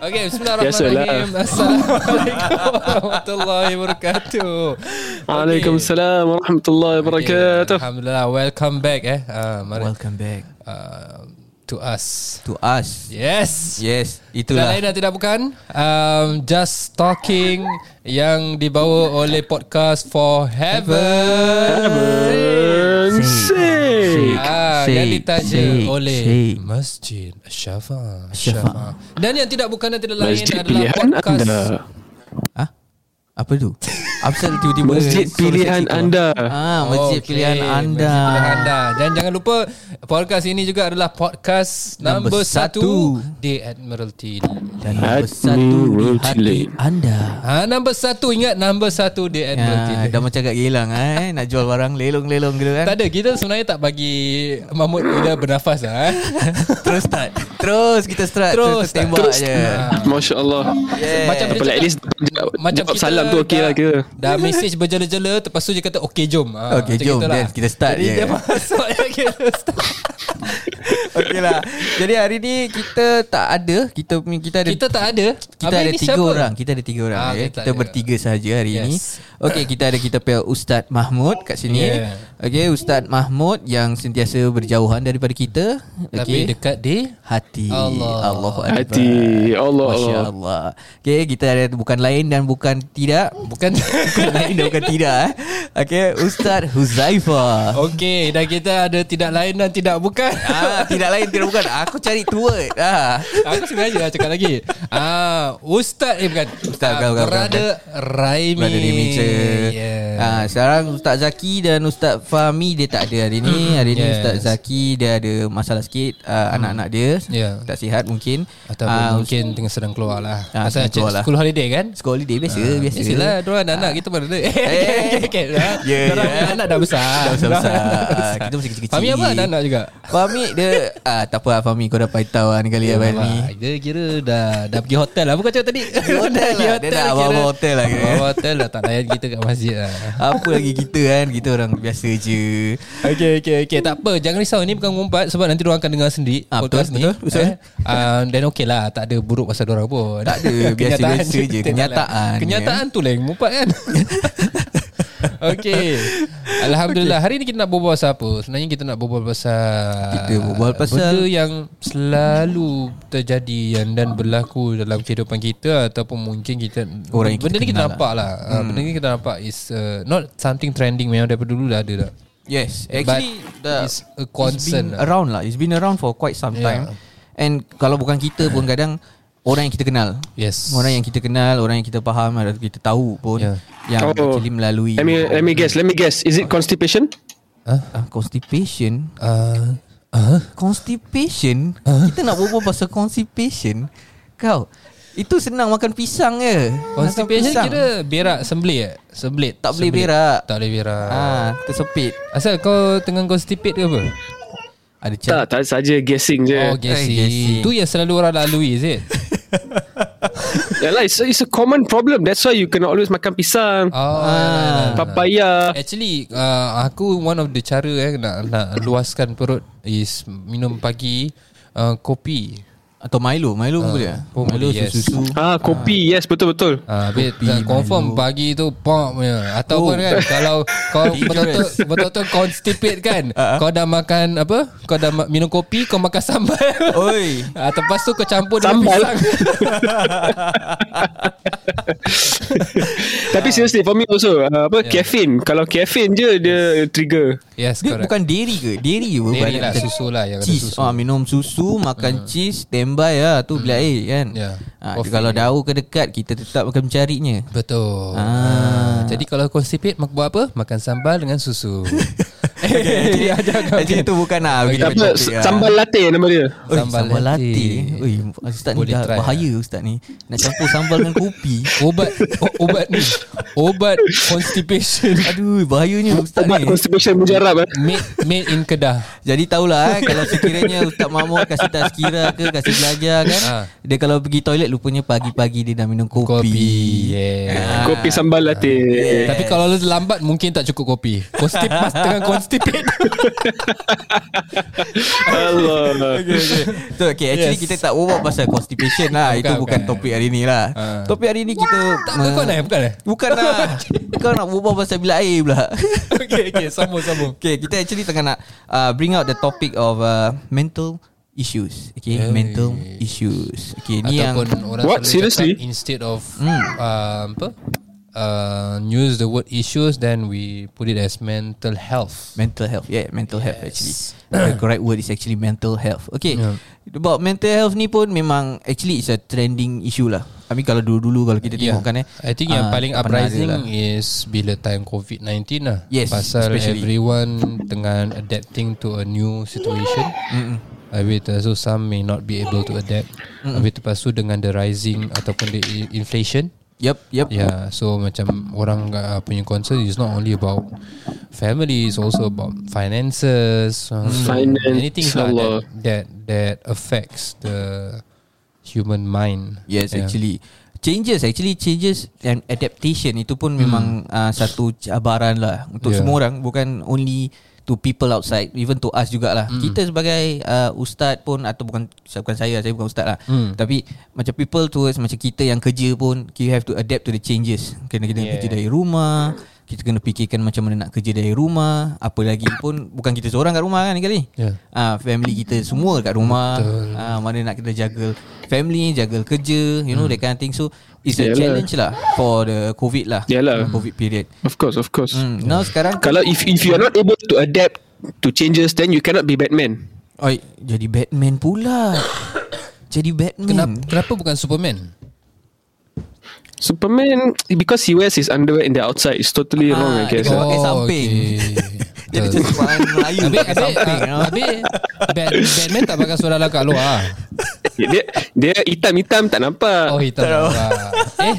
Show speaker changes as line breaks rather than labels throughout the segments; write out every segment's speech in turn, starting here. اوكي بسم الله الرحمن الرحيم السلام عليكم ورحمه الله وبركاته
عليكم السلام ورحمه الله
Okay,
وبركاته
Alhamdulillah, welcome back eh. Uh, mari
Welcome back
uh, to us.
to us.
Yes.
Yes,
Tidak
itulah.
lain dan tidak bukan um, Just Talking Yang dibawa oleh podcast For Heaven
Sing.
Ah,
Syek,
Yang ditaja
syek,
oleh
syek.
Masjid Syafa Syafa
Syafa'.
Dan yang tidak bukan dan tidak lain
Masjid
adalah
pilihan
podcast
anda.
Ha? Apa tu? Absal tiba-tiba
Masjid
solo
pilihan
seksi tu.
anda.
Ah, masjid
Okey,
pilihan
Masjid
anda.
pilihan anda. Dan jangan lupa podcast ini juga adalah podcast
Number
number satu
satu.
di Admiralty.
Dan nombor satu di hati
Admiralty.
anda.
Ha, number satu ingat number satu di Admiralty.
Ya, dah macam kat Geylang eh, nak jual barang lelong-lelong gitu kan.
Tak ada Kita sebenarnya tak bagi Mahmud Ida bernafas lah eh.
Terus start. Terus kita start.
Terus
Terus,
start.
tembak
Terus.
je.
Masya Allah.
Yeah.
Macam
Apa lah, at least jawab,
Macam
jawab
kita
salam tu okey lah kira.
Dah message berjela-jela Lepas tu dia kata Okay jom ha,
Okey,
macam
jom,
gitulah.
then kita start
Jadi
je.
dia masuk dan Kita start
Okey lah. Jadi hari ni kita tak ada, kita punya- kita ada
Kita tak ada
Kita
Habis
ada
ni
tiga
siapa?
orang Kita ada tiga orang
Ah,
ah, ya.
kita
Kita
ada.
bertiga sahaja hari
Yes.
ini Okey kita ada kita punya Ustaz Mahmud kat sini
Yeah.
yeah. Okey Ustaz Mahmud yang sentiasa berjauhan daripada kita
Tapi
Okey
dekat di
Hati
Allah.
Allah
Hati. Allah,
Masya
Allah.
Allah Okey kita ada bukan lain dan bukan tidak
Bukan
Bukan lain dan bukan tidak eh. Okey Ustaz Huzaifa
Okey, dan kita ada tidak lain dan tidak bukan.
ah, Tidak lain tidak bukan Aku cari tua ah.
Aku sengaja lah cakap lagi. Ah, Ustaz eh bukan.
Ustaz,
Ah,
bukan, bukan,
Brother Raimi.
Brother Remy je
Yeah.
yeah. ha, Sekarang Ustaz Zaki dan Ustaz Fahmi Dia tak ada hari ni Hari ni
Hmm, Yes. Hmm.
Ustaz Zaki Dia ada masalah sikit uh, Anak-anak dia
Yeah.
Tak sihat mungkin
Atau
Ah,
mungkin tengah sedang keluar lah.
Ah,
Masa
sedang keluar lah. Ah.
school holiday kan?
Sekolah holiday biasa uh, Biasa
Biasalah, dua anak-anak kita mana ada. Eh, okay, okay.
Ya,
Yeah,
ya.
yeah. Anak dah besar.
Dah
Dorang
besar-besar
anak dah
Ah,
besar.
Kita masih kecil-kecil
Fahmi apa ada anak juga?
Fahmi dia ah, Tak apa lah Fahmi Kau dah paitau lah ni kali ya Fahmi
Alamak, Dia kira dah dah pergi hotel lah Bukan cakap tadi Pergi
hotel lah. Dia nak awal-awal hotel lah kira.
Awal hotel lah Tak layan kita kat masjid lah
Apa lagi kita kan Kita orang biasa je
Okay, okay, okay. Tak apa, jangan risau. Ini bukan mengumpat sebab nanti orang akan dengar sendiri
Ah, betul,
podcast ni.
betul, betul.
Eh? Ah, Dan okey lah, tak ada buruk pasal orang pun.
Tak ada,
Kenyataan
biasa-biasa je.
kita tak layan.
Kenyataan ya. je.
Kenyataan tu lah yang mengumpat kan. okay. Alhamdulillah. Hari ni kita nak berbual pasal apa? Sebenarnya kita nak berbual pasal...
Kita berbual pasal-
Benda yang selalu terjadi yang dan berlaku dalam kehidupan kita ataupun mungkin kita...
Orang yang
benda
kita
ni kita
kenal
nampak lah. lah. Hmm. Benda ni kita nampak is uh, not something trending memang daripada dulu dah ada dah.
Yes,
But
actually the
it's a concern
It's been
lah.
around lah. It's been around for quite some time. Yeah. And kalau bukan kita pun kadang orang yang kita kenal.
Yes.
Orang yang kita kenal, orang yang kita faham, orang yang kita tahu pun
Yeah.
yeah. yang
Oh.
oh. actually melalui
Let me let me guess. Let me guess. Is it constipation?
Ha?
Ah, constipation.
Uh, uh,
Constipation.
Ha?
Kita nak berbual pasal constipation. Kau itu senang makan pisang je. Makan
constipation
pisang.
kira berak sembelit eh? Sembelit.
Tak boleh
Sembelit.
berak.
Tak boleh berak.
Ah, tersepit.
Asal kau tengah constipate ke apa?
Ada cat.
Tak, tak saja guessing je.
Oh,
Oh,
eh,
gassy.
gassy.
Itu yang selalu orang lalui, is it?
Yalah, Ya lah, it's, it's a common problem. That's why you can always makan pisang,
Oh, ah.
papaya.
Actually uh, Aku one of the cara eh, Nak, nak luaskan perut Is minum pagi uh, Kopi
Atau Milo, Milo pun boleh. ah?
pun boleh,
Milo
Oh, yes.
susu.
Ah, kopi. Yes, betul betul.
Ah, habis tak confirm pagi tu pop punya. Ataupun
Oh.
kan kalau kau betul-betul betul-betul constipate kan.
Ah,
Kau dah makan apa? Kau dah ma- minum kopi, kau makan sambal.
Oi.
Ah, lepas tu kau campur dengan
Sambal.
pisang.
Tapi seriously for me also uh, apa yeah. caffeine. Kalau caffeine je dia trigger.
Ya. Yes,
Dia
correct.
bukan dairy ke? Dairy ke?
Dairy
Banyak
lah,
macam
susu lah yang ada
cheese.
susu. Hmm.
Ah, minum susu, makan cheese, standby lah. Tu bila air kan.
Ya.
Ah,
Coffee.
kalau dah ke dekat, kita tetap akan mencarinya.
Betul. Ah.
Ah.
Jadi kalau constipate mak buat apa? Makan sambal dengan susu. Eh, jangan.
Jadi itu bukan lah.
Okay,
Okay,
Apa
ah.
sambal latte nama dia.
Oi, sambal,
Sambal
latte.
latte.
Oi, ustaz ni
Boleh
dah
try lah.
bahaya ustaz ni. Nak campur sambal dengan kopi.
Ubat o- ubat ni. Obat constipation
Aduh, bahayanya ustaz
Obat
ni.
constipation mujarab eh.
made made in Kedah.
Jadi tahulah eh, Kalau sekiranya Ustaz Mahmud Kasih tazkirah ke Kasih belajar kan
Ha.
Dia kalau pergi toilet Lupanya pagi-pagi Dia dah minum kopi, Ah.
Kopi. Yeah. Ah.
Kopi sambal latte.
Tapi kalau lu lambat mungkin tak cukup kopi. Constip mas, tengah constip
constipated
Allah.
okay, okay. So okay Actually
Yes.
kita tak berbual pasal constipation lah
Bukan,
Itu bukan
bukan.
topik hari ni lah
Ah.
Topik hari ni kita
Tak uh, kau nak eh? bukan eh?
Bukan lah Kau nak berbual pasal bilik air pula
okay, okay, sambung, sambung.
Okay kita actually tengah nak uh, Bring out the topic of uh, Mental issues Okay
Hey.
Mental issues Okay ni yang
Ataupun orang
What?
selalu
Seriously? Hmm.
cakap instead of mm. uh, apa? Uh, use the word issues then we put it as mental health.
Mental health Yeah mental health actually The correct word is actually mental health Okay yeah. About mental health ni pun Memang Actually it's a trending issue lah I mean kalau dulu-dulu Kalau kita yeah. tengok kan eh
Ya. I think yang
ah,
paling
tak pernah ada
uprising
lah.
is bila time COVID-19 lah.
Yes,
Pasal
especially.
everyone tengah adapting to a new situation. Mm-mm. Habis tu, so some may not be able to adapt. Mm-mm. Habis tu lepas tu dengan the rising ataupun the i- inflation.
Yep yep
Yeah, so macam orang uh, punya concern is not only about family, it's also about finances, uh, so
Finance,
anything lah
Allah.
that, that that affects the human mind. Ya.
Yes
yeah.
yeah. actually Changes actually Changes and adaptation Itu pun memang uh, Satu cabaran lah Untuk yeah.
Yeah.
semua orang Bukan only To people outside Even to us jugalah mm. Kita sebagai uh, Ustaz pun Atau bukan Bukan saya Saya bukan ustaz lah mm. Tapi Macam people towards Macam kita yang kerja pun You have to adapt to the changes Kena kita yeah. kerja dari rumah Kita kena fikirkan Macam mana nak kerja dari rumah Apa lagi pun Bukan kita seorang kat rumah kan ni kali
Yeah.
Ah, family kita semua kat rumah.
Ya. Betul.
Ah, mana nak kita jaga family, jaga kerja, you know
Hmm.
that kind of thing. So it's a
Yalah.
challenge lah for the COVID lah.
Yalah.
COVID period.
Of course, of course.
Hmm, now sekarang
Kalau if if you are not able to adapt to changes, then you cannot be Batman.
oi jadi Batman pula. jadi
Kenapa,
Batman.
kenapa bukan Superman?
Superman, because he wears his underwear in the outside, is totally wrong. I
Ah,
guess.
Dia
oh.
pakai samping.
Okay.
Jadi
Betul.
terjemahan Melayu
Habis,
kat
habis,
samping,
ah,
you know.
habis Bat, Batman tak pakai seluar dalam kat luar ah.
dia dia hitam hitam tak nampak.
Oh hitam luar Eh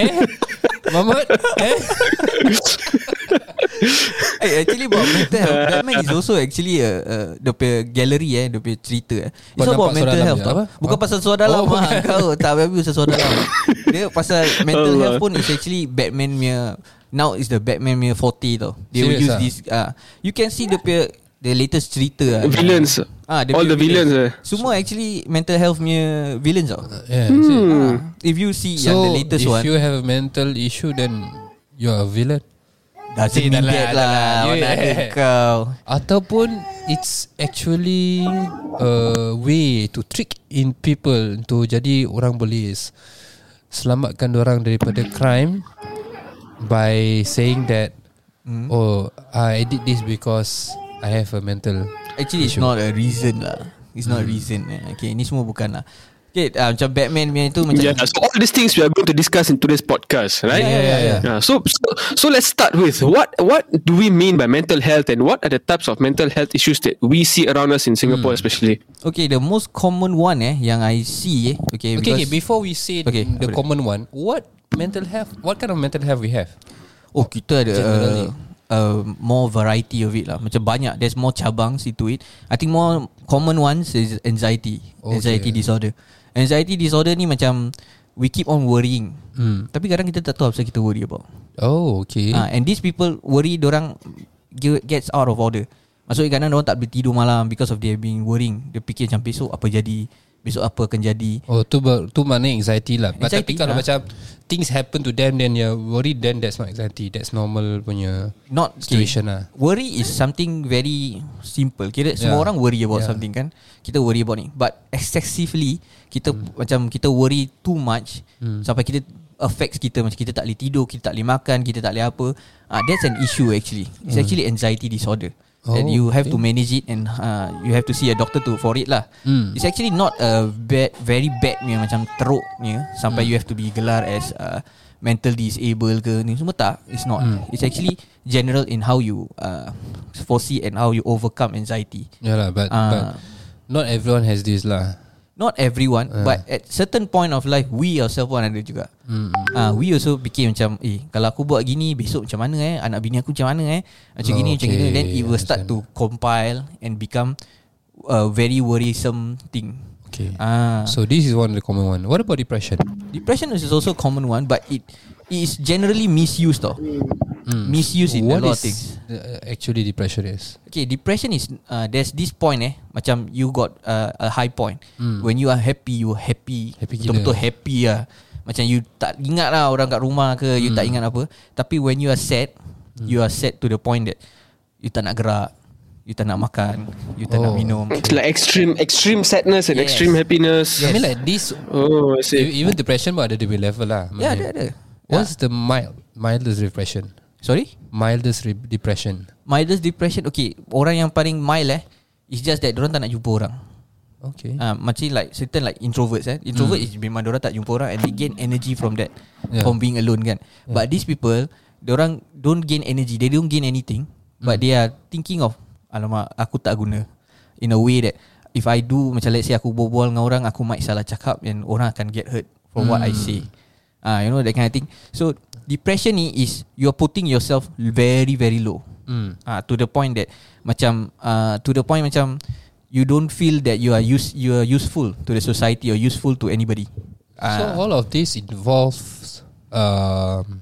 Eh Mahmud Eh
Eh, actually about mental health Batman is also actually uh, uh, Dia punya gallery eh Dia punya cerita eh. It's
Kau
all about
nampak suara
mental
dalam
health
dia,
tau.
apa?
Bukan
Ha?
pasal suara dalam
Oh,
oh,
bukan.
Kau tak habis pasal suara dalam Dia pasal mental
Allah.
health pun Is actually Batman punya Now is the Batman punya 40 tau They will
Serious
use
ah?
this uh, You can see the punya The latest cerita ah.
Villains.
Ah, dia
All
punya
the villains, eh.
Semua actually Mental health punya Villains tau
yeah, hmm.
Ah, If you see yang
So
the
if
latest one
you have a mental issue Then You're a villain
Doesn't
Eh, dah
mean
lah,
that
dah
lah
lah.
Mana ada
Yeah.
kau
Ataupun It's actually A way to trick in people Untuk jadi orang boleh s- Selamatkan orang daripada crime By saying that Oh I did this because I have a mental
Actually it's not a reason lah It's not a reason eh. Okay ni semua bukan lah Okay uh, macam Batman punya tu macam
Yeah. So all these things we are going to discuss in today's podcast, right?
Yeah, yeah, yeah.
Ah, so, so so let's start with what what do we mean by mental health and what are the types of mental health issues that we see around us in Singapore,
Hmm.
especially.
Okay the most common one eh Yang I see eh Okay,
Okay, okay
because,
before we say okay,
Okay,
the
apa dia?
common one, what mental health? What kind of mental health we have?
Oh kita ada uh,
Generally.
uh, More variety of it lah Macam banyak There's more cabangs into it I think more common ones is anxiety
Okay.
Anxiety disorder Anxiety disorder ni macam We keep on worrying hmm. Tapi kadang kita tak tahu Apa yang kita worry about
Oh, okay.
Ah, and these people worry orang gets out of order. Maksudnya kadang orang tak boleh tidur malam because of they being worrying. Dia fikir macam besok apa jadi, besok apa akan jadi.
Oh, tu ber, tu mana anxiety lah. But
Anxiety
tapi kalau
lah.
macam things happen to them, then you're worried. Then that's not anxiety. That's normal punya.
Not
Situation lah.
Worry is something very simple. Kira yeah. semua
Yeah.
orang worry about yeah.
Yeah.
something kan. Kita worry about ni. But excessively kita hmm. macam kita worry too much hmm. sampai kita affects kita macam kita tak boleh tidur, kita tak boleh makan, kita tak boleh apa. Ah uh, that's an issue actually. It's actually anxiety disorder. Hmm. Oh,
Oh,
and you have
okay.
to manage it and uh, you have to see a doctor to for it lah. Mm. It's actually not a bad, very bad punya macam teruk punya
Hmm.
sampai mm. you have to be gelar as uh, mental disabled ke ni semua tak. It's not.
Hmm.
Mm. It's actually general in how you uh, foresee and how you overcome anxiety.
Yeah lah, but,
Ah.
but not everyone has this lah.
Not everyone
Eh.
uh. But at certain point of life We ourselves pun ada juga
Hmm.
mm. uh, We also fikir macam Eh kalau aku buat gini Besok macam mana eh Anak bini aku macam mana eh Macam
Oh,
gini macam
okay.
gini Then it will start to
Understand.
compile And become A very worrisome thing
Okay.
Ah,
So this is one of the common one. What about depression?
Depression is also a common one But it, it is generally misused tau Misuse in
Hmm. What
a lot of
is-
things
uh, actually depression is?
Okay, depression is uh, there's this point eh macam you got uh, a high point. Mm. When you are happy, you happy.
Hmm. Happy gila.
Betul-betul happy lah. Macam you tak ingat lah orang kat rumah ke, you
Hmm.
tak ingat apa. Tapi when you are sad, you are sad to the point that you tak nak gerak, you tak nak makan, you tak
Oh.
nak minum.
It's like extreme extreme sadness and
Yes.
extreme happiness.
I mean like this
Oh,
e-
I see.
even depression pun ada dia punya level lah.
Ya, ada ada.
What's the mild mildest depression?
Sorry?
Mildest re- depression.
Mildest depression Okay Orang yang paling mild eh It's just that Diorang tak nak jumpa orang
Okay.
uh, Macam like Certain like introverts eh Introvert is Memang diorang tak jumpa orang And they gain energy from that
Yeah.
yeah. From being alone kan yeah. But these people Diorang don't gain energy They don't gain anything But they are thinking of Alamak Aku tak guna In a way that If I do Macam let's say Aku berbual dengan orang Aku might salah cakap And orang akan get hurt From what I say Ah, You know that kind of thing So Depression ni is You're putting yourself Very very low
Mm.
Ah, to the point that macam uh, to the point macam you don't feel that you are use you are useful to the society or useful to anybody.
so
Ah,
all of this involves um,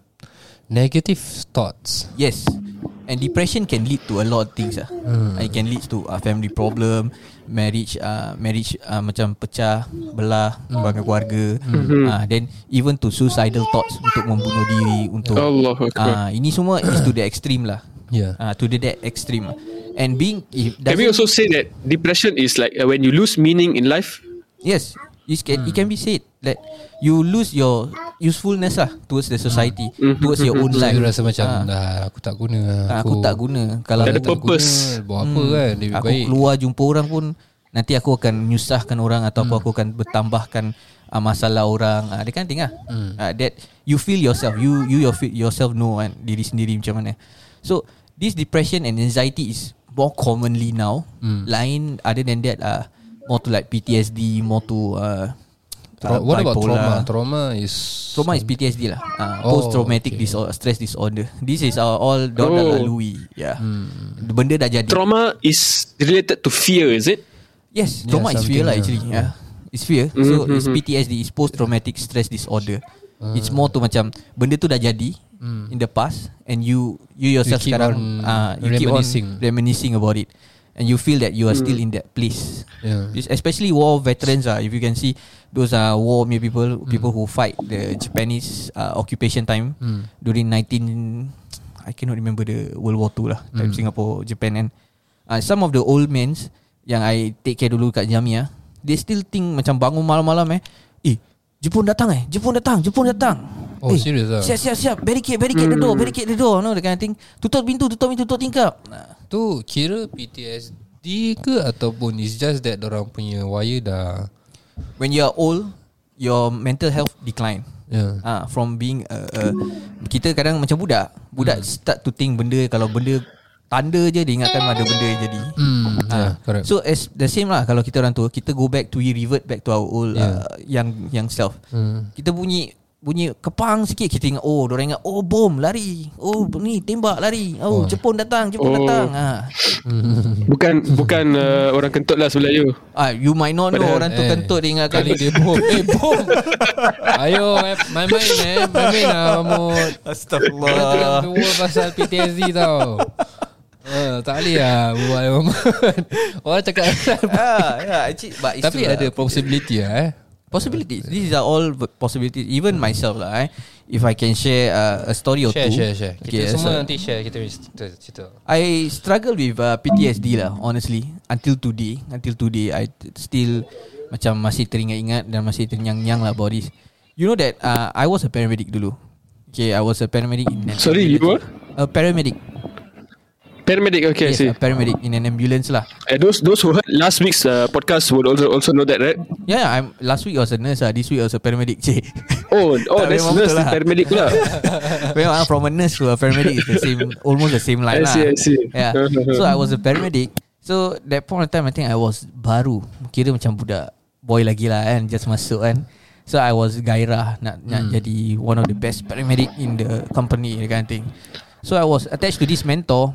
negative thoughts.
yes. And depression can lead to a lot of things ah. It can lead to uh, family problem, marriage uh, marriage uh, macam pecah belah bangga keluarga. Ah, then even to suicidal thoughts untuk membunuh diri untuk
Allah Akbar.
Ah, ini semua is to the extreme lah.
Yeah.
Ah, to the that extreme. lah. And being if
Can we
doesn't-
also say that depression is like uh, when you lose meaning in life?
Yes, it can it can be said that you lose your usefulness lah towards the society, towards your own
Like,
life.
you rasa macam
Ah,
ah, aku tak guna.
ah, aku tak guna. Kalau
Tak ada
aku,
tak
purpose.
guna, Buat apa kan Lebih
aku
baik
keluar jumpa orang pun nanti aku akan menyusahkan orang atau aku aku
Hmm.
akan bertambahkan uh, masalah orang. Ah, dia kan tinggal.
Hmm.
Ah, that you feel yourself, you you your feel yourself know kan diri sendiri macam mana. So this depression and anxiety is more commonly now.
Hmm.
Lain other than that ah more to like PTSD, more to uh,
Tra-
uh,
What about trauma?
bipolar.
Trauma is
Trauma is PTSD lah uh,
Oh,
Post traumatic
okay.
disorder, stress disorder This is our all Diorang dah
Oh.
lalui yeah.
Hmm.
Benda dah jadi
Trauma is related to fear, is it?
Yes Trauma
Yeah,
is fear lah
something,
actually yeah. It's fear So it's PTSD It's post traumatic stress disorder
Ah.
It's more to macam Benda tu dah jadi In the past And you You yourself
Hmm. keep
sekarang
on
ah, You keep on
reminiscing.
Reminiscing about it And you feel that you are still in that place
Yeah.
It's Especially war veterans ah, If you can see Those are war punya people People
Hmm.
who fight The Japanese uh, occupation time During 19 I cannot remember the World War II lah Time Singapore Japan and uh, Some of the old mans Yang I take care dulu kat Jamia They still think Macam bangun malam-malam eh Eh Jepun datang eh Jepun datang Jepun datang
Oh,
eh,
serious ah?
Siap siap siap Barricade barricade the door Barricade the door no, That kind of thing Tutup pintu Tutup pintu Tutup tingkap Ah,
Tu kira PTSD ke Ataupun it's just that Orang punya wire dah
When you are old Your mental health decline
Yeah
Ah, from being uh, uh, kita kadang macam budak, budak hmm. start to think benda kalau benda tanda je dia ingatkan ada benda yang jadi.
Hmm,
Ah.
yeah, correct.
So as the same lah kalau kita orang tua, kita go back to we revert back to our old yeah. uh, yang yang self. Hmm. Kita bunyi bunyi kepang sikit kita ingat oh orang ingat oh bom lari oh ni tembak lari
Oh.
oh, Jepun datang Jepun
Oh.
datang ah
Bukan bukan uh, orang kentut lah sebelah you.
ah you might not know
Padahal-
orang tu
eh,
kentut dia ingatkan
Kali dia bom Eh bom Ayo eh, Main-main eh Main-main lah Mahmud Kita tengah
astagfirullah
berbual pasal PTSD tau uh, Tak boleh lah Buat Mahmud Orang cakap
ah yeah, actually, but it's
Tapi
true lah.
ada possibility lah eh
Possibilities. These are all v- possibilities. Even myself lah. Eh. If I can share uh, a story or
Share
two.
share share Kita
Okay,
semua
so
nanti share Kita cerita, cerita.
I struggle with uh, PTSD lah, honestly. Until today, until today, I t- still macam masih teringat-ingat dan masih ternyang-nyang lah about this. You know that uh, I was a paramedic dulu. Okay, I was a paramedic in an
Sorry, you were?
a paramedic.
Paramedic, okay,
yes,
I see.
uh, a paramedic in an ambulance lah.
Uh, those those who heard last week's uh, podcast would also also know that, right?
Yeah, I'm last week I was a nurse lah. This week I was a paramedic. Cik.
Oh, oh,
Tak,
that's
memang
nurse
betul lah.
paramedic pula.
Memang ah, from a nurse to a paramedic is the same, almost the same
I
line
see,
lah.
I see.
Yeah. so I was a paramedic. So that point of time, I think I was baru. Kira macam budak boy lagi lah kan, just masuk kan. So I was gairah nak nak jadi one of the best paramedic in the company that kind of thing. So I was attached to this mentor,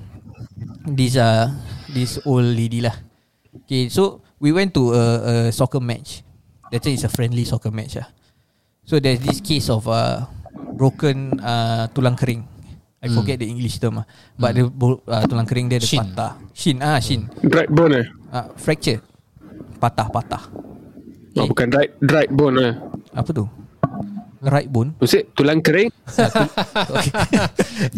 this uh this old lady lah. Okay, so we went to a, a soccer match. That's it, it's a friendly soccer match lah. So there's this case of uh, broken uh, tulang kering. I forget the English term ah. But the bol- uh, tulang kering dia
Hmm.
ada
Shin. Hmm.
patah. Shin ah, shin.
Right bone eh?
Ah, fracture. Patah, patah.
Oh, bukan right right bone eh.
Apa tu? Right bone.
Was it tulang kering?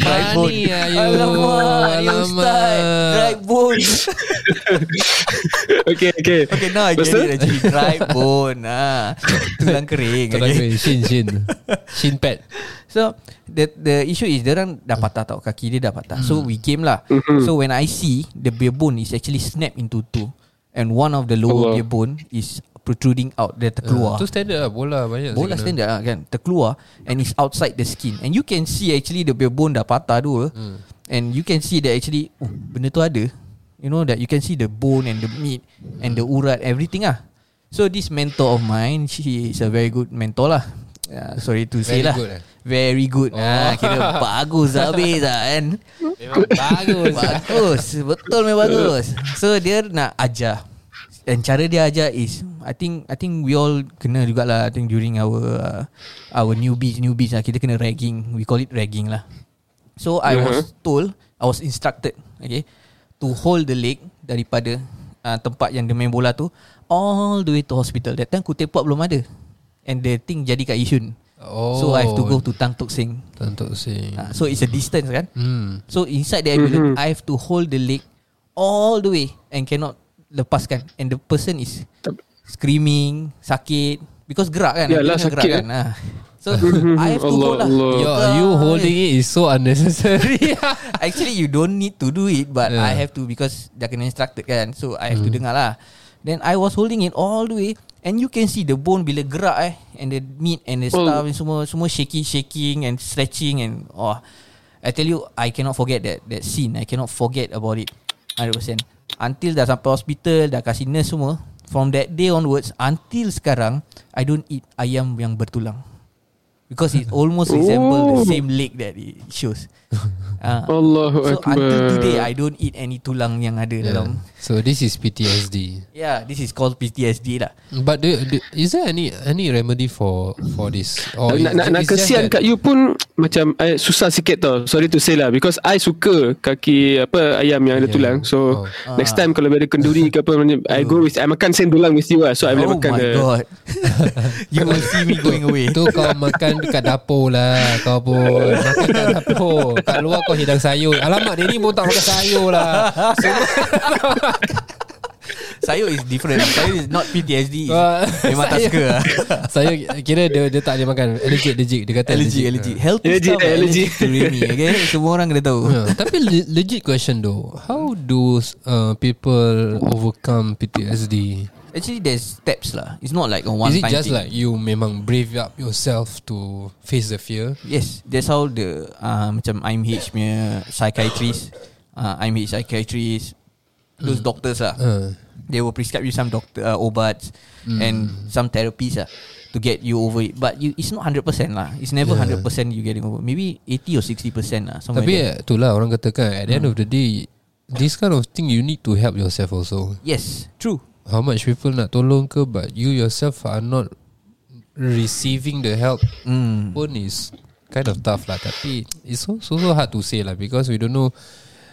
Right bone.
Funny lah you
Alamak, you start. Right bone.
okay, okay.
Okay, now I get
Lepas tu?
it actually. Right bone. Ah. Tulang kering.
Tulang
okay.
kering Shin Shin Shin pad
So the the issue is dia orang dah patah tau kaki dia dah patah. So we game lah. So when I see the beer bone is actually snapped into two and one of the lower
Allah.
beer bone is protruding out dia terkeluar.
Tu standard lah Bola banyak
Bola
saya kena.
Uh, standard lah kan Terkeluar And it's outside the skin And you can see actually The beer bone dah patah tu hmm. And you can see that actually oh, Benda tu ada You know that You can see the bone And the meat And the urat Everything lah So this mentor of mine She is a very good mentor lah uh, Sorry to say
Very
lah
good eh?
Very good oh. ah, Kira bagus habis lah kan
Memang bagus
Bagus Betul memang bagus So dia nak ajar And cara dia ajar is I think I think we all Kena jugalah I think during our uh, Our newbies Newbies lah Kita kena ragging We call it ragging lah So I
Uh-huh.
was told I was instructed Okay To hold the leg Daripada uh, Tempat yang dia main bola tu All the way to hospital That time kutepok belum ada And the thing jadi kat Yishun
Oh.
So I have to go to Tan Tock Seng
Tantuk Singh
uh, So it's a distance kan
Hmm
So inside the ambulance
Mm-hmm.
I have to hold the leg All the way And cannot Lepaskan And the person is Screaming Sakit Because gerak kan
Yalah,
ambulance
sakit, eh. Mm-hmm.
kan ah. So I have
Allah,
to hold lah
Allah.
Yo,
Ah,
you holding it is so unnecessary.
Actually you don't need to do it But
Yeah.
I have to Because dah kena instructed kan So I
Hmm.
have to dengar lah Then I was holding it all the way And you can see the bone bila gerak eh And the meat and the
Oh.
stuff and Semua semua shaking shaking And stretching and Oh I tell you I cannot forget that that scene I cannot forget about it 100% Until dah sampai hospital Dah kasih nurse semua From that day onwards Until sekarang I don't eat ayam yang bertulang Because it almost resemble the
Oh.
same leg that it shows Ah.
Allahu
So
Akbar.
until today I don't eat any tulang yang ada yeah. dalam.
so this is PTSD.
Yeah, this is called PTSD lah.
But do, do, is there any any remedy for for this? Or
Oh,
is-
nak, nak, nak
is just
kesian
that-
kat you pun Macam eh, Susah sikit tau Sorry to say lah Because I suka Kaki apa Ayam yang
Yeah.
ada tulang So
Oh.
Next time kalau ada kenduri ke apa I go with I makan same tulang with you lah So I boleh
oh
makan
my
the-
god. you will see me going away.
Tu kau makan dekat dapur lah Kau pun Makan kat dapur Kat luar kau hidang sayur Alamak dia ni pun tak makan sayur lah
Sayur is different. Sayur is not PTSD. Is
Wah,
memang
Ah.
tak
sayur.
suka. lah.
Saya kira dia, dia tak boleh makan Legit legit Dia kata
allergic,
legit
allergic. Healthy
Allergic,
stuff. Allergic.
allergic.
to Remy, okay? Semua orang kena tahu.
Ha, Tapi le- legit question though How do uh, people overcome PTSD?
Actually, there's steps lah. It's not like a one
Is it
time
just
thing.
like you memang brave up yourself to face the fear?
Yes, that's how the uh, macam IMH punya psychiatrist, uh, IMH psychiatrist, those doctors lah.
Uh,
They will prescribe you some doctor uh, obats
Hmm.
and some therapies lah to get you over it. But you it's not hundred percent lah. It's never
Yeah.
hundred percent you getting over. Maybe eighty or sixty percent lah. Somewhere
tapi
there.
eh, itulah orang katakan At the
Hmm.
end of the day This kind of thing you need to help yourself also
yes, true.
how much people nak tolong ke but you yourself are not receiving the help
Mm.
pun is kind of tough lah tapi it's so so, so hard to say lah because we don't know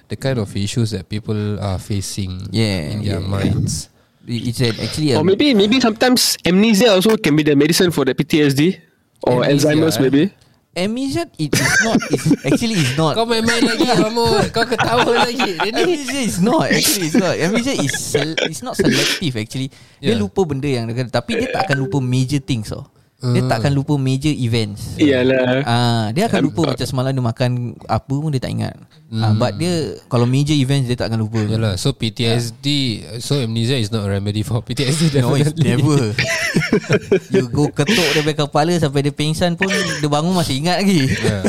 the kind of issues that people are facing
Yeah,
in their
yeah.
minds
It- It's an, actually a
Or maybe maybe sometimes Amnesia also can be the medicine For the PTSD Or
Amnesia,
Alzheimer's
eh.
maybe
amnesia. It is not. It's actually it's not.
kau main-main lagi Mahmud kau ketawa Oh, lagi dia ni
Amnesia is not Actually it's not Amnesia is sel- It's not selective actually yeah. Dia
Yeah.
lupa benda yang dia kata Tapi dia tak akan lupa major things so. Dia
Hmm.
tak akan lupa major events
Iyalah
Ah, dia akan lupa macam semalam dia makan apa pun dia tak ingat. Ah, but dia kalau major events dia tak akan lupa.
Hmm. Yalah, so PTSD So amnesia is not a remedy for PTSD
No,
definitely.
it's never. you go ketuk dia pakai kepala sampai dia pingsan pun dia bangun masih ingat lagi.
yeah.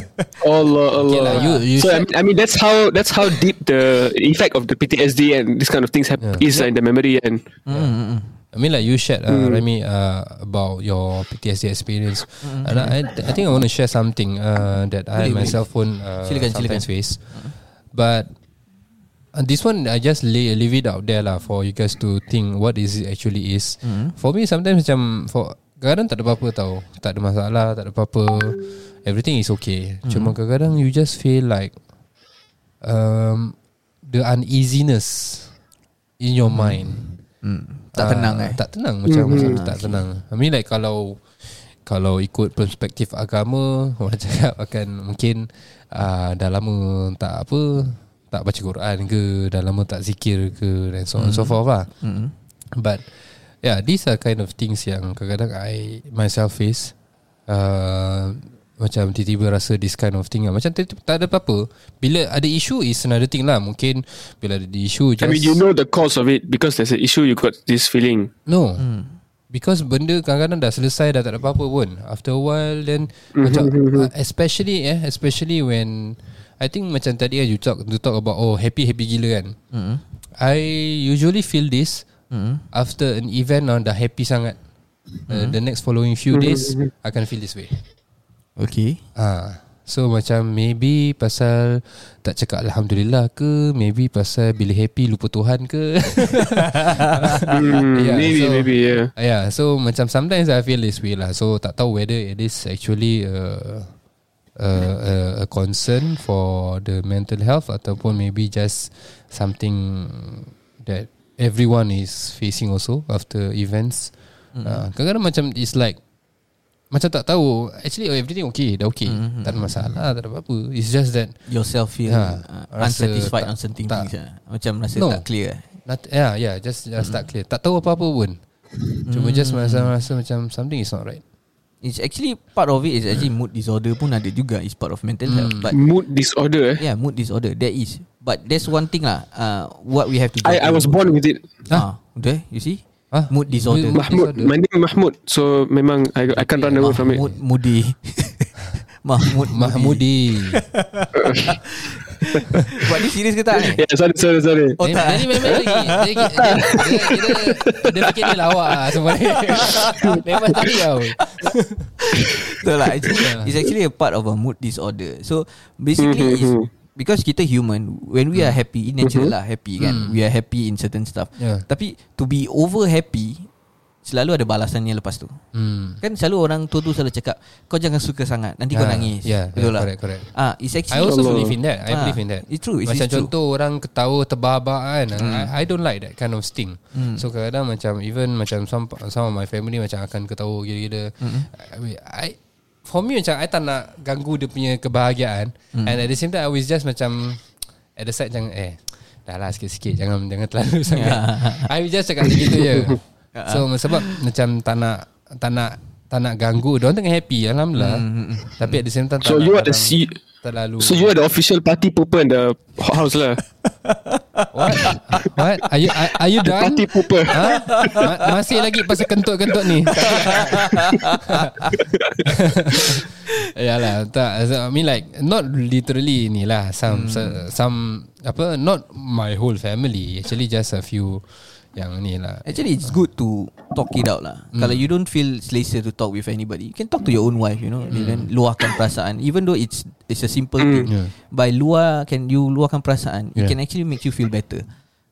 Allah Allah
lah, you- you
So I
said-
mean, I mean that's how That's how deep the Effect of the PTSD And this kind of things hap- Is lah in the memory And
Hmm.
I mean like you shared uh, Remy uh, about your PTSD experience
Mm-hmm.
and I, I think I want to share something uh, that I
Boleh, boleh.
myself pun uh,
Silakan, Mm-hmm.
sometimes
silakan.
face but uh, this one I just lay,
Mm-hmm.
leave it out there lah for you guys to think what is it actually is for me sometimes macam for Kadang-kadang tak ada apa-apa tau Tak ada masalah Tak ada apa-apa Everything is okay
Mm-hmm.
mm. Cuma kadang-kadang You just feel like um, The uneasiness In your
Mm-hmm.
mind
Hmm. Tak tenang
Ah,
eh.
Tak tenang Macam
Hmm,
mm. macam tak tenang I mean like kalau Kalau ikut perspektif agama Orang cakap akan Mungkin uh, Dah lama Tak apa Tak baca Quran ke Dah lama tak zikir ke And so on and so forth lah
Hmm.
But yeah, these are kind of things yang kadang-kadang I myself face. Uh, macam tiba-tiba rasa this kind of thing lah. Macam tiba-tiba tak ada apa-apa. Bila ada isu is another thing lah. Mungkin bila ada isu just
I mean, you know the cause of it because there's an issue. You got this feeling.
No Because benda kadang-kadang dah selesai Dah tak ada apa-apa pun After a while Then macam, uh, Especially eh Especially when I think macam tadi kan You talk, you talk about Oh happy-happy gila kan mm-hmm. I usually feel this mm-hmm. After an event uh, Dah happy sangat mm-hmm. uh, The next following few days I can feel this way
Okay.
Ah, So macam maybe pasal tak cakap Alhamdulillah ke Maybe pasal bila happy lupa Tuhan ke
Mm,
Yeah,
Hmm, maybe,
so-
maybe, yeah.
Ah, Yeah, so macam sometimes I feel this way lah. So tak tahu whether it is actually a, a, a, a concern for the mental health ataupun maybe just something that everyone is facing also after events.
Mm-hmm.
Mm. Uh, kadang-kadang macam it's like macam tak tahu actually everything okay dah okay mm-hmm. tak ada masalah tak ada apa-apa it's just that
Yourself feel
Ha,
uh,
rasa
unsatisfied
tak-
on certain
tak-
things. ah. Macam rasa
No.
tak clear. eh.
not, yeah yeah just just mm.
Mm-hmm.
tak clear tak tahu apa-apa pun cuma just macam rasa macam something is not right
It's actually part of it is actually mood disorder pun ada juga is part of mental
Hmm.
health but
Mood disorder. Eh?
yeah mood disorder there is but there's one thing lah uh, what we have to
I I was born with it.
ah there you see
Ah.
mood disorder
Mood-
Mahmud.
Disorder.
My name Mahmud. So memang I I can't run away from it.
Mahmud Mudi Mahmud Mudi.
Mahmudi
Buat ni serius ke tak ni?
Yeah, sorry, sorry, sorry.
Oh
Dia-
tak
Dia ni memang lagi Dia, dia, dia, dia, dia, dia fikir dia lawak lah sebenarnya Memang tadi tau
Betul lah actually, It's actually a part of a mood disorder So basically
Mm-hmm,
it's Because kita human When we are happy In natural lah happy kan We are happy in certain stuff
Yeah.
Tapi to be over happy Selalu ada balasannya lepas tu
hmm.
Kan selalu orang tua tu selalu cakap Kau jangan suka sangat Nanti kau
Ah,
nangis
yeah,
Betul
yeah,
lah
correct, correct.
Ah, It's
I
actually
also believe in that I
Ah,
believe in that
it's true, it's-
Macam
it's true. Hmm.
contoh orang ketawa terbahak-bahak kan I, I don't like that kind of thing So kadang-kadang macam Even macam some, some of my family Macam akan ketawa gila-gila
Hmm.
I, I For me macam I tak nak ganggu dia punya kebahagiaan
Hmm.
And at the same time I always just macam At the side jangan Eh Dah lah sikit-sikit Jangan jangan terlalu sangat I just cakap macam gitu je So sebab Macam tak nak Tak nak tak nak ganggu Diorang tengah happy Alhamdulillah
Hmm,
Tapi at the same time tak
So
nak
you are the
orang
C-
Terlalu
So you are the official party pooper in the house lah.
What? What? Are you are, are you done?
Party pooper.
Ha? Ma- masih lagi pasal kentut-kentut ni. Yalah, tak I mean like not literally ni lah some hmm. some apa not my whole family actually just a few yang ni lah.
Actually it's good to Talk it out lah
Hmm.
Kalau you don't feel Selesa to talk with anybody You can talk to your own wife You know mm. Then luahkan perasaan Even though it's It's a simple thing
Hmm. Yeah.
By luar Can you luahkan perasaan It
Yeah.
can actually make you feel better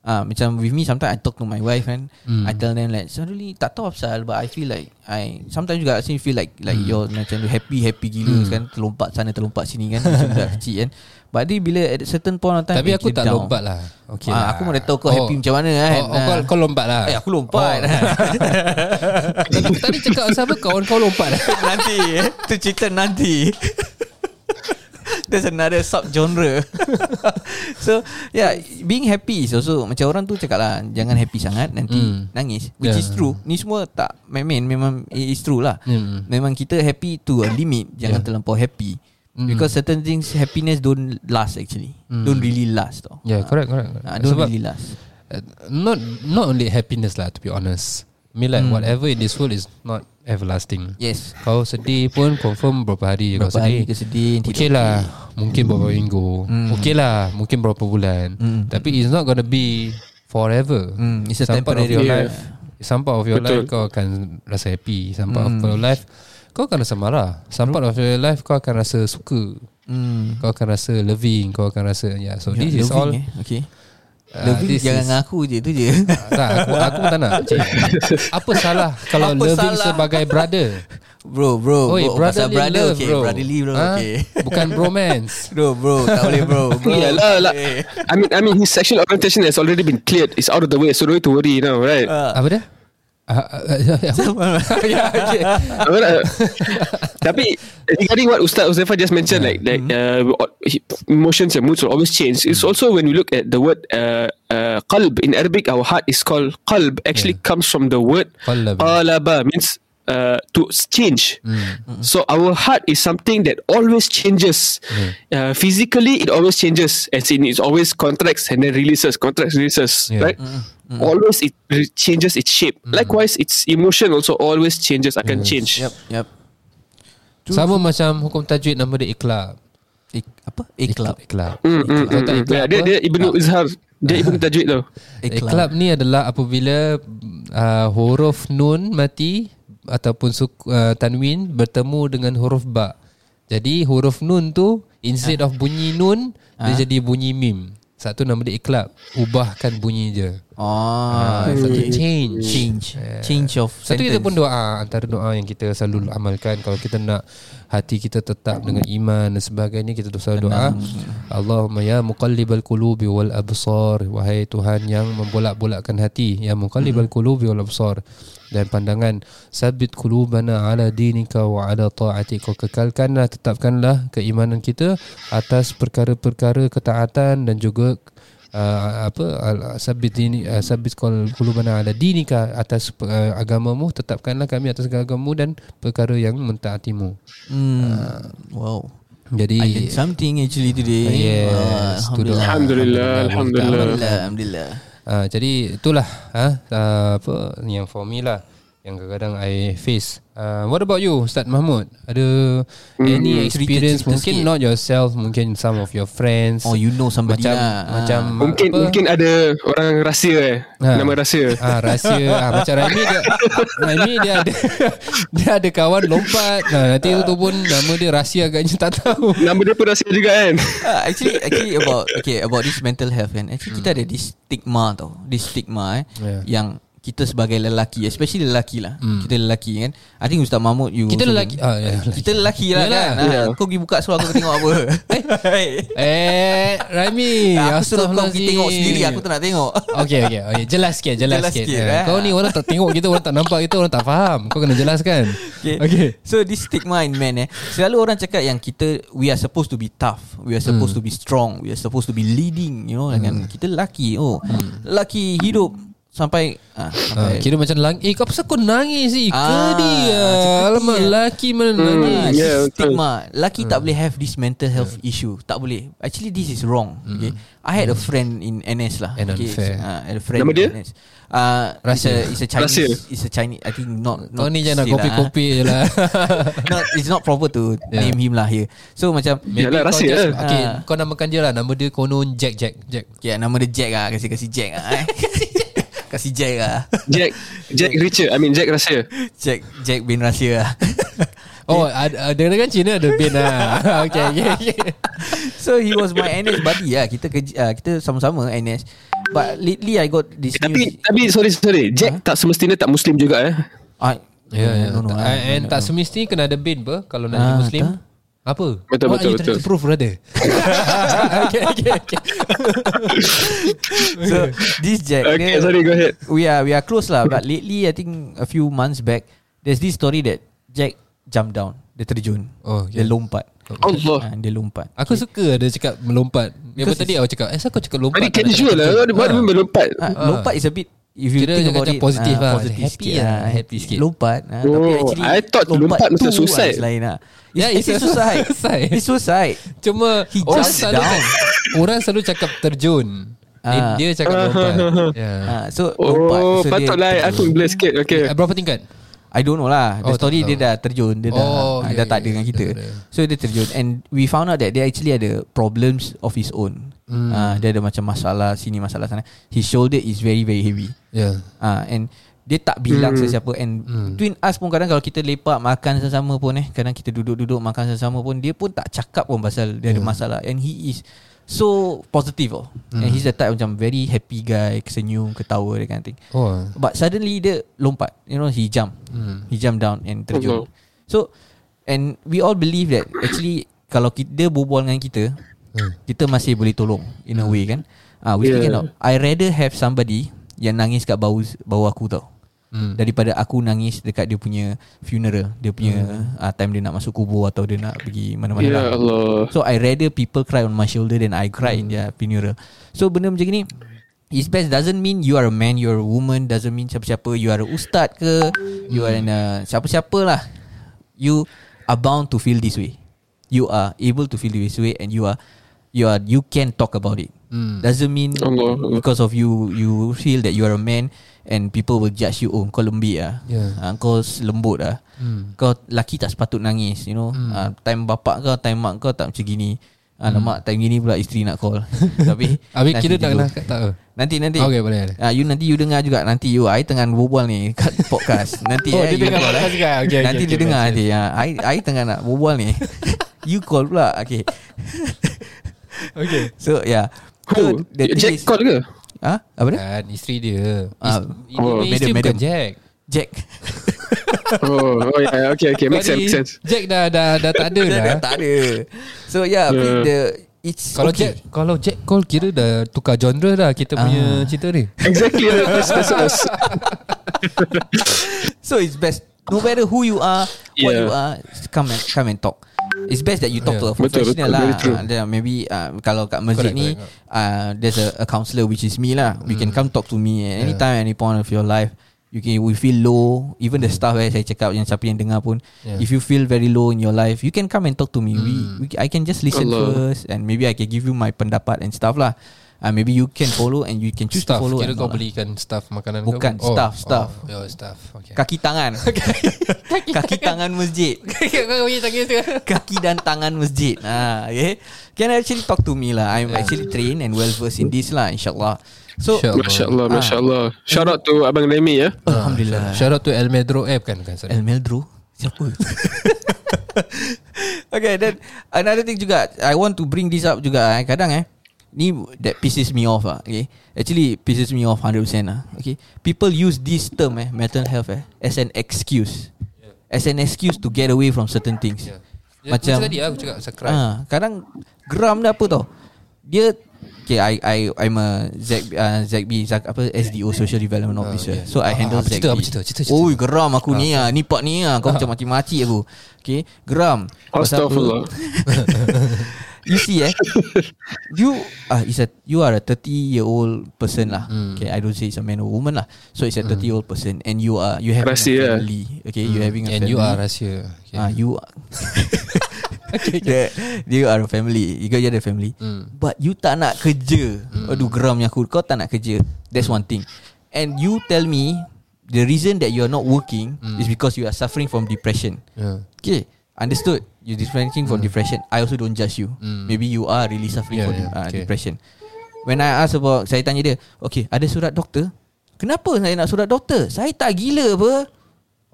Ah, macam with me sometimes I talk to my wife and
Hmm.
I tell them like suddenly tak tahu apa pasal but I feel like I sometimes juga actually feel like like
Hmm.
you're macam you happy happy gila kan terlompat sana terlompat sini kan macam budak kecil kan but then bila at a certain point of time
Tapi
it
aku
came
tak
down.
lompat lah. Okay
Ah,
lah.
aku mana tahu kau happy macam mana kan.
Oh, oh, kau,
Ah.
kau lompat lah. Oh.
Eh aku lompat
Tadi- Tadi cakap pasal apa kawan kau lompat lah.
Nanti eh. Tu cerita nanti There's another sub-genre So yeah Being happy is also Macam orang tu cakap lah Jangan happy sangat Nanti
Mm.
mm. nangis
Yeah.
Which yeah. is true Ni semua tak main-main Memang it is true lah
Mm.
mm. Memang kita happy to a limit
Yeah.
Jangan
Hmm.
yeah. terlampau happy mm. Because certain things Happiness don't last actually mm. Don't really last tau
Yeah, Ya, correct, correct. correct.
Ah, Don't really last
Uh, not not only happiness lah to be honest. I mean like hmm. whatever in this world is not everlasting.
Yes
Kau sedih pun confirm berapa hari kau
Berapa
sedih.
hari ke sedih tidak
okay lah, mungkin beberapa minggu. Hmm. Okay lah, mungkin berapa bulan. Hmm. Tapi it's not gonna be forever.
Hmm, it's a
Some part of
temporary
your
affair.
life. Some part of your
Betul.
life kau akan rasa happy. Some part
Hmm.
of your life kau akan rasa marah. Some part of your life kau akan rasa suka.
Hmm
Kau akan rasa loving, kau akan rasa yeah. So yeah,
Yeah,
this is all
loving, eh. Okay
Ah,
Loving
this is- Ah.
jangan dengan aku je tu je.
Tak, aku, aku pun tak nak Cik. Apa salah Kalau
Apa
loving
salah?
sebagai brother
bro, bro.
Oi,
bro, pasal
brotherly
brother,
love
okay,
bro
Brotherly bro,
Ah,
okay.
Bukan bromance
Bro, bro, tak boleh bro. bro.
Yalah, lah.
Eh.
I mean, I mean, his sexual orientation has already been cleared. It's out of the way, so don't need to worry now, right?
Apa dia? Ah, ah, ah, apa? Ya, okay.
I mean, uh, tapi regarding what Ustaz Uzaifah just mentioned, like like
Mm-hmm.
uh, he- emotions and moods will always change. It's also when we look at the word uh, uh, qalb in Arabic, our heart is called qalb. Actually, comes from the word
Qalb.
qalaba means uh, to s- change.
Mm-hmm.
So our heart is something that always changes. Uh, physically, it always changes, as in it always contracts and then releases, contracts, releases,
Yeah. Mm.
right? Always it re- changes its shape. Likewise, its emotion also always changes. I can change.
Yep, yep.
Sama macam hukum tajwid nama dia iklab
Ik, apa? Iklab.
Iklab
Mm, mm,
Tahu tak
mm, mm.
iklab
Yeah, dia,
apa?
dia Ibnu Izhar Dia Ibnu Tajwid tau
Iklab Eh, ni adalah apabila uh, huruf nun mati ataupun suku, uh, tanwin bertemu dengan huruf ba. Jadi huruf nun tu instead of bunyi nun dia jadi bunyi mim. Satu nama dia iklab. Ubahkan bunyi je.
Oh,
Ah, satu change.
change. Change of
Satu
sentence.
kita pun doa antara doa yang kita selalu amalkan kalau kita nak hati kita tetap dengan iman dan sebagainya kita tu selalu doa Allahumma ya muqallibal qulubi wal absar wahai Tuhan yang membolak-bolakkan hati ya muqallibal qulubi wal absar dan pandangan sabit qulubana ala dinika wa ala taatika kekalkanlah tetapkanlah keimanan kita atas perkara-perkara ketaatan dan juga uh, apa al- sabit dini uh, sabit qul- qulubana ala dinika atas uh, agamamu tetapkanlah kami atas agamamu dan perkara yang mentaatimu.
Hmm.
Ah.
wow.
Jadi
I did something actually today.
Yes,
Wah,
tu doa.
Alhamdulillah.
Alhamdulillah Alhamdulillah
Alhamdulillah. Alhamdulillah.
uh, jadi itulah uh, uh, apa yang for me lah yang kadang-kadang I face. Uh, what about you Ustaz Mahmud? Ada any
Cerita-
experience
cerita
mungkin
sikit.
not yourself, mungkin some of your friends.
Oh, you know somebody
macam
lah.
macam
Mungkin
apa?
mungkin ada Orang rahsia eh
Ha.
Nama rahsia
Ah rahsia ah, Macam Raimi dia Raimi dia ada Dia ada kawan lompat nah, Nanti tu pun Nama dia rahsia agaknya tak tahu
Nama dia pun rahsia juga kan
Ah, actually actually about okay about this mental health kan. Actually kita ada
Hmm.
this stigma tau. This stigma eh
Yeah.
yang kita sebagai lelaki especially lelaki lah. Kita lelaki kan. I think Ustaz Mahmud you
Hmm. Kita
also
lelaki
can-
ah, ya, lelaki.
Kita lelaki lah
Yalah.
kan. Ah, Kau pergi buka surah kau tengok apa.
Eh Raimi
Aku suruh kau pergi
Astaghfirullahalazim.
tengok sendiri Aku tak nak tengok
Okay okay, okay. Jelas sikit Jelas,
Jelas
sikit,
sikit,
Eh,
eh.
Kau ni orang tak tengok kita Orang tak nampak kita Orang tak faham Kau kena jelaskan
Okay.
okay.
So this stigma in men eh Selalu orang cakap yang kita We are supposed to be tough We are supposed
Hmm.
to be strong We are supposed to be leading You know dengan Kita lelaki Oh Lelaki hidup Sampai ah,
Hmm. Ah,
Sampai
kira macam lang Eh kau pasal kau nangis ni
Ah, ya.
ah, dia
sedih
Alamak
dia.
lelaki mana nangis
Ah,
Hmm, Yeah,
yeah,
betul.
stigma Lelaki
Hmm.
tak boleh have this mental health issue Tak boleh Actually this is wrong okay.
Hmm.
I had a friend in NS lah
And
okay.
unfair.
Ah, I had a friend
Nama
in
dia?
NS Uh, it's,
Rahsia.
a, it's a Chinese
Rahsia.
It's a Chinese I think not,
Kau
not
ni jangan nak
say lah, ah.
kopi-kopi je lah
not, It's not proper to
Yeah.
Name him lah here So macam
Yalah
Kau
rahsia
just-
lah.
Okay
Ah.
Kau namakan dia lah Nama dia konon Jack Jack Jack
Okay, nama dia Jack ah, kasi kasi Jack ah. Eh. kasi Jack ah.
Jack Jack Richard I mean Jack rahsia
Jack Jack bin Rahsia ah.
Oh, ada, ada kan Cina ada bin lah. okay, okay, okay.
so he was my NS buddy ah. Kita kerja, ah, kita sama-sama NS. But lately I got this news.
Tapi tapi sorry sorry Jack
Ha?
tak semestinya tak Muslim juga eh
I
Ya, ya.
no, no,
Tak-
I-
And tak semesti kena ada bin apa kalau nak
Ah,
jadi Muslim.
tak.
Apa?
Betul,
What
betul,
are you trying
betul.
to prove brother? okay, okay, okay.
so this Jack
Okay
dia-
sorry go ahead
we are we are close lah. But lately I think a few months back, there's this story that Jack jump down, dia terjun,
Oh,
dia
okay.
lompat,
Allah
Ah, dia lompat.
Aku suka dia cakap melompat. Dia pun tadi awak cakap, eh, saya kau cakap lompat.
Very
tak nak
casual
cakap
lah
terjun?"
What do you mean melompat
Ah, lompat is a bit If you
Kira
think
dia
about
macam
it
positif
ah,
lah. Ha.
positif
Happy
sikit
lah,
ah,
happy sikit.
Lompat ah, Tapi
Oh,
actually
I thought lompat macam
tu
suicide.
ah, is lain lah. It's,
Yeah, it's
it's,
a
suicide
suicide.
It's suicide
Cuma
He
orang
just
selalu
down.
orang selalu cakap terjun. Dia,
Ah.
dia cakap Ya. lompat. Yeah.
Ah, So lompat
Oh
so
patutlah Aku blur sikit Okay
Eh, Berapa tingkat?
I don't know lah
Oh,
The
tak
story
tahu.
dia dah terjun Dia dah,
Oh,
oh,
okay,
dah tak
okay,
ada dengan
okay,
kita
dah tak ada.
So dia terjun And we found out that Dia actually ada problems Of his own hmm. Dia ada macam masalah Sini masalah sana His shoulder is very very heavy
Yeah.
Ah, and dia tak bilang mm. sesiapa and mm. twin us pun kadang kalau kita lepak makan sesama pun eh kadang kita duduk-duduk makan sesama pun dia pun tak cakap pun pasal dia ada masalah and he is so positive oh. Mm. And he's the type macam very happy guy, senyum, ketawa that kind of thing.
Oh.
But suddenly dia lompat. You know, he jump.
Hmm.
Mm. He jump down and
Allah.
terjun. So and we all believe that actually kalau kita dia berbual dengan kita, kita masih boleh tolong in a way kan. Ah, we
Yeah.
yeah. cannot. I rather have somebody yang nangis kat bau bau aku tau.
Mm.
Daripada aku nangis dekat dia punya funeral, dia punya ah, time dia nak masuk kubur atau dia nak pergi mana-mana.
Ya
lah.
Allah.
So I rather people cry on my shoulder than I cry in their funeral. So benda macam ni It's best doesn't mean you are a man, you are a woman, doesn't mean siapa-siapa you are a ustaz ke, you are an uh, siapa-siapa lah. You are bound to feel this way. You are able to feel this way and you are you are you can talk about it.
Hmm.
Doesn't mean
Allah, Allah.
because of you you feel that you are a man and people will judge you oh kau lembik ah
Yeah.
Ah, kau lembut ah
Hmm.
mm. kau laki tak sepatut nangis you know mm. ah, time bapak kau time mak kau tak macam gini ah lemak time gini pula isteri nak call tapi
Hmm. Habis
nanti
kira lah, tak
dulu.
kena angkat tak ke?
nanti nanti
Okay boleh boleh.
Ah, you nanti you dengar juga nanti you I tengah berbual ni kat podcast. Nanti
Oh, dia
eh, you
dengar
call,
podcast
eh.
juga. Okay, okay,
nanti
okay,
dia dengar nanti. Ya, I I tengah nak berbual ni. you call pula. Okay.
Okay.
So yeah.
Who?
So, the thing
Jack
is-
call ke?
Ah, apa dia?
Kan isteri dia.
Ah.
Is-
Oh,
dia punya isteri bukan
madam, madam.
Jack.
Jack.
Oh, oh yeah, okay, okay, makes
Sorry,
sense, makes sense.
Jack dah dah dah tak ada
Dah-
dah.
dah tak ada. So yeah,
Yeah.
the it's
lah. Kalau Jack
okay.
kalau Jack call kira dah tukar genre dah kita
Ah.
punya cerita ni.
Exactly, that's, that's, that's,
So it's best no matter who you are, what
Yeah.
you are, come and come and talk. It's best that you talk
Yeah.
to a
Betul,
professional
betul,
lah.
very true.
Ah, then maybe uh, kalau kat masjid
Correct, Hmm.
ni uh, there's a, a counselor which is me lah. You can come talk to me at any
Yeah.
time, any point of your life. You can we feel low, even the staff eh saya cakap yang siapa yang dengar pun
Yeah. Hmm.
if you feel very low in your life, you can come and talk to me. We, we I can just listen
Allah.
first and maybe I can give you my pendapat and stuff lah. Uh, maybe you can follow and you can choose
Staff
to follow.
kira
and
kau
not lah.
belikan staff makanan
Bukan,
kau.
staff, staff.
Oh, oh staff. Okay.
lah. kaki tangan. kaki, tangan masjid.
Kau punya tangan sekarang.
kaki dan tangan masjid. Ha, okay. Can actually talk to me lah. I'm actually trained and well versed in this lah. Insyaallah. So
Insya-
Masya Allah,
Ah.
Masya Allah. Shout out to Abang Remy ya.
Uh,
Alhamdulillah.
Shout out to El Medro app kan kan sorry.
El Meldro Siapa Okay then Another thing juga I want to bring this up juga eh. Kadang eh Ni that pisses me off lah okay? Actually pisses me off 100% lah okay? People use this term eh Mental health eh As an excuse As an excuse to get away from certain things
Yeah. Ya,
Macam
tadi aku cakap pasal crime.
ha, Kadang Geram dia apa tau Dia Okay I, I I'm a Z, uh, ZB Zak, apa SDO Social Development Officer
yeah.
So
Ah,
I handle
ah, apa
ZB
cerita, apa cerita, cerita, cerita.
Oh geram aku ni ah Ni pak ni ah Kau macam maki-maki aku Okay Geram Pasal apa?
Astaghfirullah.
You see eh You uh, is a You are a 30 year old person lah
Hmm.
Okay I don't say it's a man or woman lah So it's a 30 year old person And you are You having
Rahsia, eh.
a family Okay you having a
Hmm. And
family
you are rahsia. Okay.
Ah, you are okay, You are a family You got you are a family
Mm. Hmm.
But you tak nak kerja Aduh geramnya aku Kau tak nak kerja That's one thing And you tell me The reason that you are not working
Mm.
Is because you are suffering from depression
Yeah.
Okay Understood You're differentiating from depression I also don't judge you Maybe you are really suffering
Mm. Yeah,
from
yeah,
uh,
okay.
depression When I ask about Saya tanya dia Okay ada surat doktor Kenapa saya nak surat doktor Saya tak gila apa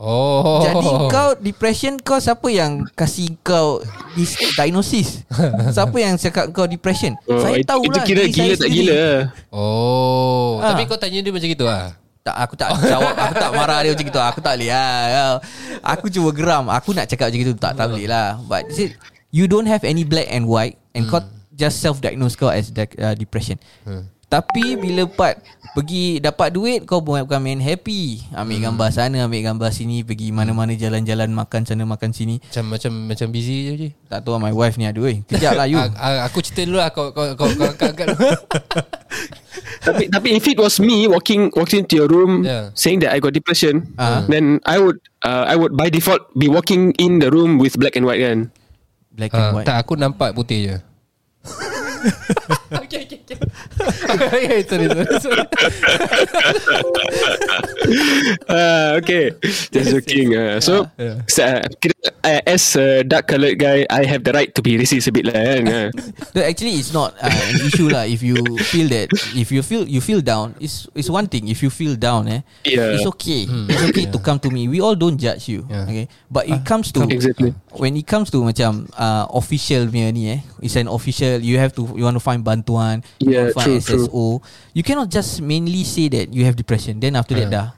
Oh.
jadi kau depression kau siapa yang kasih kau this diagnosis? siapa yang cakap kau depression?
Oh,
saya
it-
tahu
itu
lah.
kira
diri
gila
saya
tak
sendiri.
gila. eh.
Oh,
Ah.
tapi kau tanya dia macam gitu ah.
Tak aku tak jawab Aku tak marah dia macam gitu Aku tak boleh lah Aku cuma geram Aku nak cakap macam gitu Tak tak boleh lah But is it, You don't have any black and white And kau Just self-diagnose kau As de- uh, depression Tapi bila part Pergi dapat duit Kau bukan bukan main happy Ambil gambar sana Ambil gambar sini Pergi mana-mana jalan-jalan Makan sana makan sini
Macam macam macam busy je je.
Tak tahu lah, my wife ni ada Oi, kejap lah you
Ah, ah, aku cerita dulu lah kau kau kau kau angkat angkat. dulu.
tapi tapi if it was me walking walking into your room
Yeah.
saying that I got depression,
Ah.
then I would uh, I would by default be walking in the room with black and white kan.
Black and
Ah,
white
tak aku nampak putih je.
Ya,
okay, okay, okay. okay sorry, sorry, sorry.
uh, okay, just joking. Uh, so,
Yeah.
so, uh, kira- uh, as a dark coloured guy, I have the right to be racist a bit lah. Kan? Uh,
No, actually, it's not uh, an issue lah. If you feel that, if you feel you feel down, it's it's one thing. If you feel down, eh,
Yeah.
it's okay. It's okay to come to me. We all don't judge you,
Yeah.
okay. But it comes to
exactly.
when it comes to macam uh, official punya ni, eh, it's an official. You have to you want to find bantuan, you
Yeah,
want to find
true, true.
SSO. You cannot just mainly say that you have depression. Then after that dah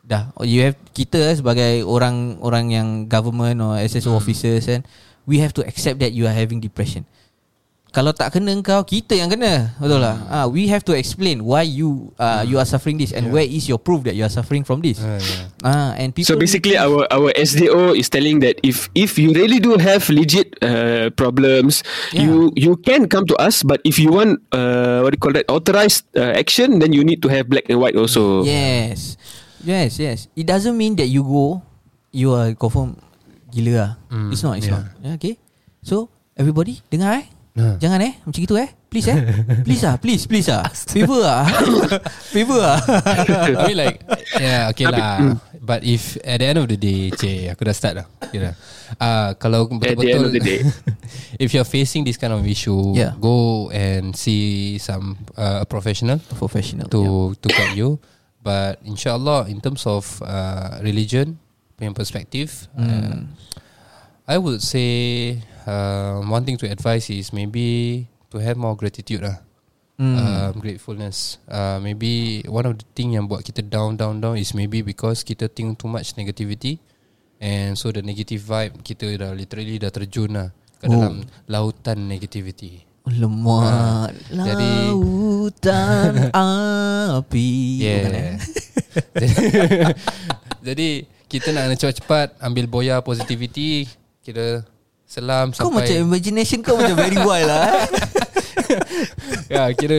dah Or you have kita eh, sebagai orang orang yang government or SSO officers and we have to accept that you are having depression. Kalau tak kena kau Kita yang kena Betul lah ah, We have to explain Why you uh, You are suffering this And where is your proof That you are suffering from this
Ah, yeah.
ah, And people
So basically, our our SDO is telling that if if you really do have legit uh, problems,
Yeah.
you you can come to us. But if you want uh, what do you call that authorized uh, action, then you need to have black and white also.
Yes Yes yes It doesn't mean that you go You are confirm Gila lah
Mm,
It's not It's
yeah.
not yeah, Okay So Everybody Dengar eh
Ha.
Jangan eh Macam gitu eh Please eh Please lah Please please lah Favor lah Favor lah
I mean like Yeah okay lah But if At the end of the day Cik Aku dah start dah Kira uh, Kalau
the
betul-betul
end of the day.
If you're facing This kind of issue
Yeah.
Go and see Some uh, A professional
Professional
To To guide you But insyaAllah In terms of uh, Religion punya Perspective uh, I would say um, One thing to advise is Maybe To have more gratitude lah
Mm.
um, gratefulness. Uh, maybe one of the thing yang buat kita down, down, down is maybe because kita think too much negativity, and so the negative vibe kita dah literally dah terjun lah ke
Oh.
dalam lautan negativity.
Lemak
Ha,
ha,
jadi-
Lautan api Bukan, eh?
Yeah. Jadi kita nak cepat-cepat ambil boya positivity, kita selam
Kau macam
sampai
imagination kau macam very wild lah eh?
ya kira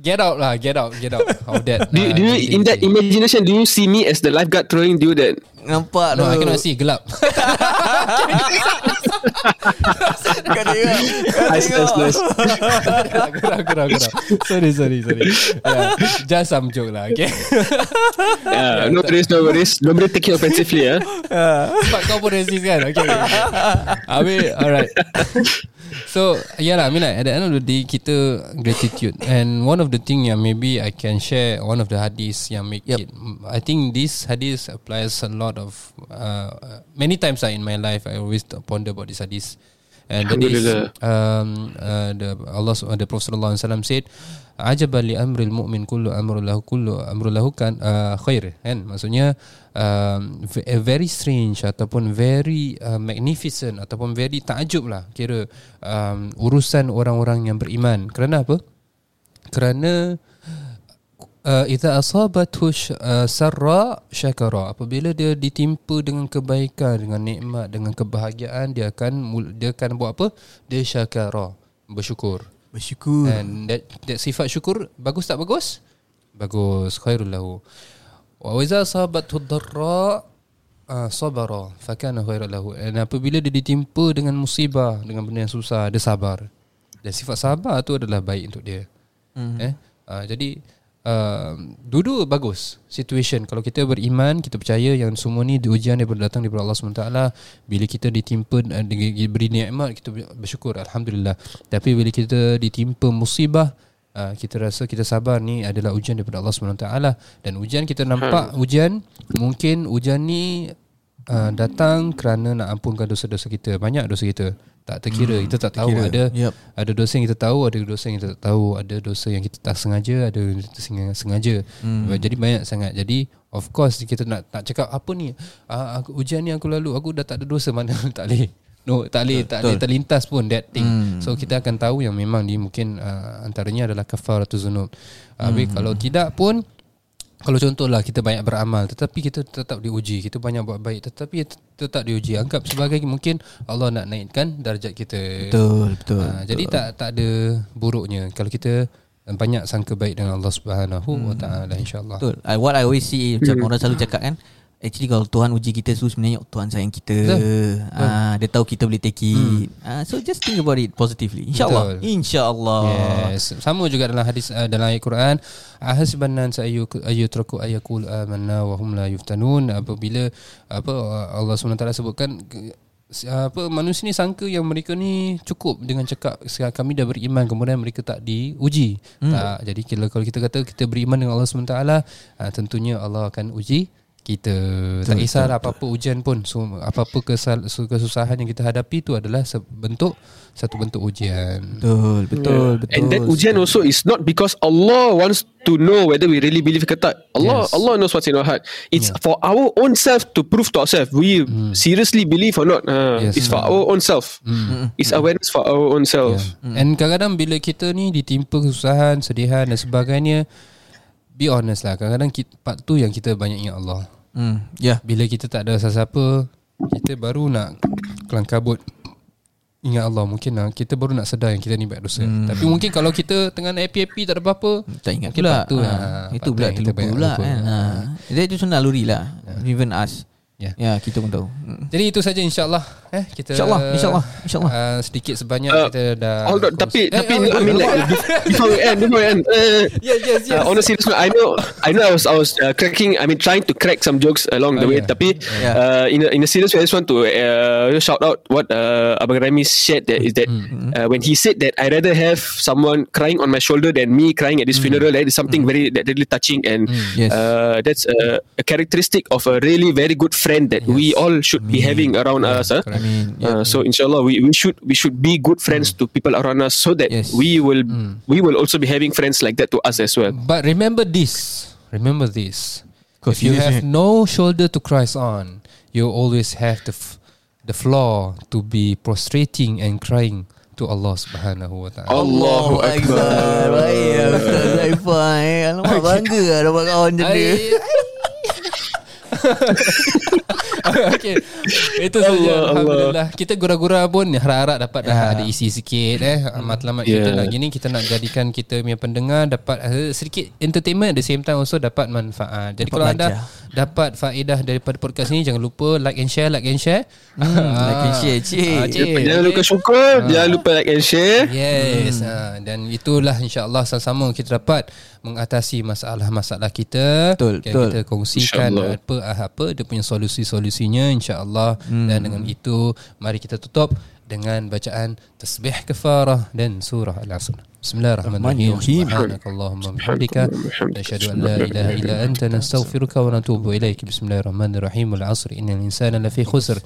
get out lah, get out, get out of that.
Do,
uh,
you- do you in that
negativity.
imagination? Do you see me as the lifeguard throwing you that?
Nampak
No,
tu
I cannot see gelap.
Kau tengok Kau
Nice,
tengok
nice, nice.
aku dah, aku dah, aku dah. Sorry, sorry, sorry. Yeah, just some joke lah, okay?
Uh, no worries, no worries. Don't really take it offensively. Yeah.
Sebab kau pun racist kan? Okay. Habis, alright. So, yeah lah, I mean like, at the end of the day, kita gratitude. And one of the thing yang maybe I can share, one of the hadis yang make
Yup.
it. I think this hadis applies a lot of, uh, many times lah in my life, I always ponder about this hadis. And that is,
Alhamdulillah.
um, uh, the Allah uh, the Prophet sallallahu alaihi wasallam said ajaba li amril mu'min kullu amru lahu kullu amru lahu kan uh, khair kan maksudnya um, v- a very strange ataupun very uh, magnificent ataupun very takjub lah kira um, urusan orang-orang yang beriman kerana apa kerana uh, idza asabathu sh- uh, sarra syakara apabila dia ditimpa dengan kebaikan dengan nikmat dengan kebahagiaan dia akan mul- dia akan buat apa dia syakara bersyukur
Bersyukur
and that, that sifat syukur bagus tak bagus bagus khairul lahu wa idza asabathu dharra uh, sabara fakana khairul lahu and apabila dia ditimpa dengan musibah dengan benda yang susah dia sabar dan sifat sabar tu adalah baik untuk dia Mm. Eh? Uh, jadi uh, dua-dua bagus situation. Kalau kita beriman, kita percaya yang semua ni diujian daripada datang daripada Allah SWT. Bila kita ditimpa uh, di- diberi nikmat, kita ber- bersyukur alhamdulillah. Tapi bila kita ditimpa musibah, uh, kita rasa kita sabar ni adalah ujian daripada Allah SWT dan ujian kita nampak ujian mungkin ujian ni uh, datang kerana nak ampunkan dosa-dosa kita. Banyak dosa kita tak terkira. kita tak tahu
terkira.
ada
Yup.
ada dosa yang kita tahu, ada dosa yang kita tak tahu, ada dosa yang kita tak sengaja, ada dosa yang sengaja. Hmm. Jadi banyak sangat. Jadi of course kita nak nak cakap apa ni? Ah, aku ujian ni aku lalu, aku dah tak ada dosa mana tak boleh. No, tak boleh, tak boleh terlintas pun that thing. Hmm. So kita akan tahu yang memang ni mungkin uh, antaranya adalah kafaratul zunub. Habis hmm. kalau tidak pun kalau contohlah kita banyak beramal tetapi kita tetap diuji, kita banyak buat baik tetapi tetap diuji. Anggap sebagai mungkin Allah nak naikkan darjat kita.
Betul Betul
Ha, jadi tak tak ada buruknya kalau kita banyak sangka baik dengan Allah Subhanahu wa taala insyaallah.
Hmm.
Betul I, What I always see Macam orang selalu cakap kan Actually kalau Tuhan uji kita tu Sebenarnya Tuhan sayang kita
Betul. Hmm.
ah, Dia tahu kita boleh take it ah, So just think about it positively
Betul.
InsyaAllah InsyaAllah
Yes. Sama juga dalam hadis uh, dalam ayat Quran, ahasban nas ayu ayutraku ayakul amanna wa hum la yuftanun apabila apa uh, Allah SWT sebutkan ke- si- apa manusia ni sangka yang mereka ni cukup dengan cakap "Sekarang kami dah beriman kemudian mereka tak diuji. Hmm. Tak. Jadi kalau kalau kita kata kita beriman dengan Allah SWT uh, tentunya Allah akan uji kita tak kisah apa-apa ujian pun so, apa-apa kesal, so, kesusahan yang kita hadapi tu adalah sebentuk satu bentuk ujian
Betul Betul betul.
And that ujian also is not because Allah wants to know whether we really believe ke tak. Allah
Yes.
Allah knows what's in our heart. It's for our own self to prove to ourselves we seriously believe or not. Uh,
Hmm. Yes. hmm.
It's for our own self. It's awareness for our own self.
Mm. And kadang-kadang bila kita ni ditimpa kesusahan, sedihan dan sebagainya, be honest lah. Kadang-kadang kita, part tu yang kita banyak ingat Allah.
hmm, Yeah
Bila kita tak ada siapa-siapa, kita baru nak kelang kabut. Ingat Allah mungkin lah Kita baru nak sedar Yang kita ni buat dosa hmm. Tapi mungkin kalau kita Tengah nak happy-happy Tak ada apa-apa
Tak ingat
Mungkin
pula
part tu
Ah,
lah, part
Itu
tu
pula
yang kita
terlupa
banyak
pula
lupa.
kan ha. Itu sunnah luri lah Even us
Yeah.
Ya yeah, kita pun tahu Hmm.
Jadi itu saja insyaAllah eh, kita,
InsyaAllah, insyaAllah, insyaAllah.
uh, Sedikit sebanyak
Uh,
Kita dah
Hold on,
kos-
tapi
Eh,
tapi
hold on,
I mean
hold
like
on.
before we end, before we end. Uh,
Yes yes yes
Uh, on a serious note, I know, I know, I was, I was uh, cracking. I mean, trying to crack some jokes along the
Oh,
way.
yeah.
Tapi,
Yeah.
uh, in a, in a serious way, I just want to uh, shout out what uh, Abang Rami said. That is that uh, when he said that I rather have someone crying on my shoulder than me crying at this funeral. That is something very that really touching, and
Yes.
uh, that's a, a characteristic of a really very good friend that we all should be having around us. huh?
correct.
Amin.
Uh,
Yeah. Hmm.
so inshallah we, we should we should be good friends to people around us so that
Yes. Hmm.
we will we will also be having friends like that to us as well.
But remember this. Remember this.
Course,
if you
yes,
have
eh.
no shoulder to cry on, you always have the f- the floor to be prostrating and crying to Allah Subhanahu wa taala.
Allahu Akbar.
Baik ya, Ustaz Zaifah eh. Alamak bangga lah dapat kawan macam dia
okay. Itu saja alhamdulillah. Kita gura-gura pun harap-harap dapat dah
Ya.
ada isi sikit eh. Matlamat kita
Yeah.
nak gini kita nak jadikan kita punya pendengar dapat uh, sedikit entertainment at the same time also dapat manfaat. Jadi
Dapat
kalau anda
belajar.
dapat faedah daripada podcast ni jangan lupa like and share like and share.
Hmm, like and share, cik.
Ah, cik.
Jangan lupa syukur
Ah.
Jangan lupa like and share
Yes hmm. ha, Dan itulah insyaAllah Sama-sama kita dapat Mengatasi masalah-masalah kita
Betul,
Kita-
betul.
Kita kongsikan apa
InsyaAllah.
ah, apa Dia punya solusi-solusinya InsyaAllah hmm. Dan dengan itu Mari kita tutup Dengan bacaan Tasbih Kefarah Dan Surah Al-Asr Bismillahirrahmanirrahim
Rahmanirrahim.
Subhanakallahumma bihamdika Nashhadu an la ilaha illa anta Nastaghfiruka wa natubu ilaik Bismillahirrahmanirrahim Al-Asr Innal insana lafi khusr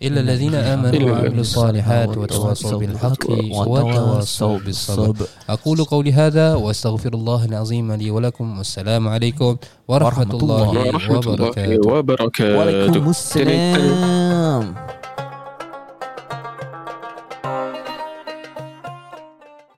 إلا الذين آمنوا وعملوا الصالحات وتواصوا بالحق وتواصوا بالصبر أقول قولي هذا وأستغفر الله العظيم لي ولكم والسلام عليكم ورحمة الله
Warahmatullahi
وبركاته
wabarakatuh
Waalaikumsalam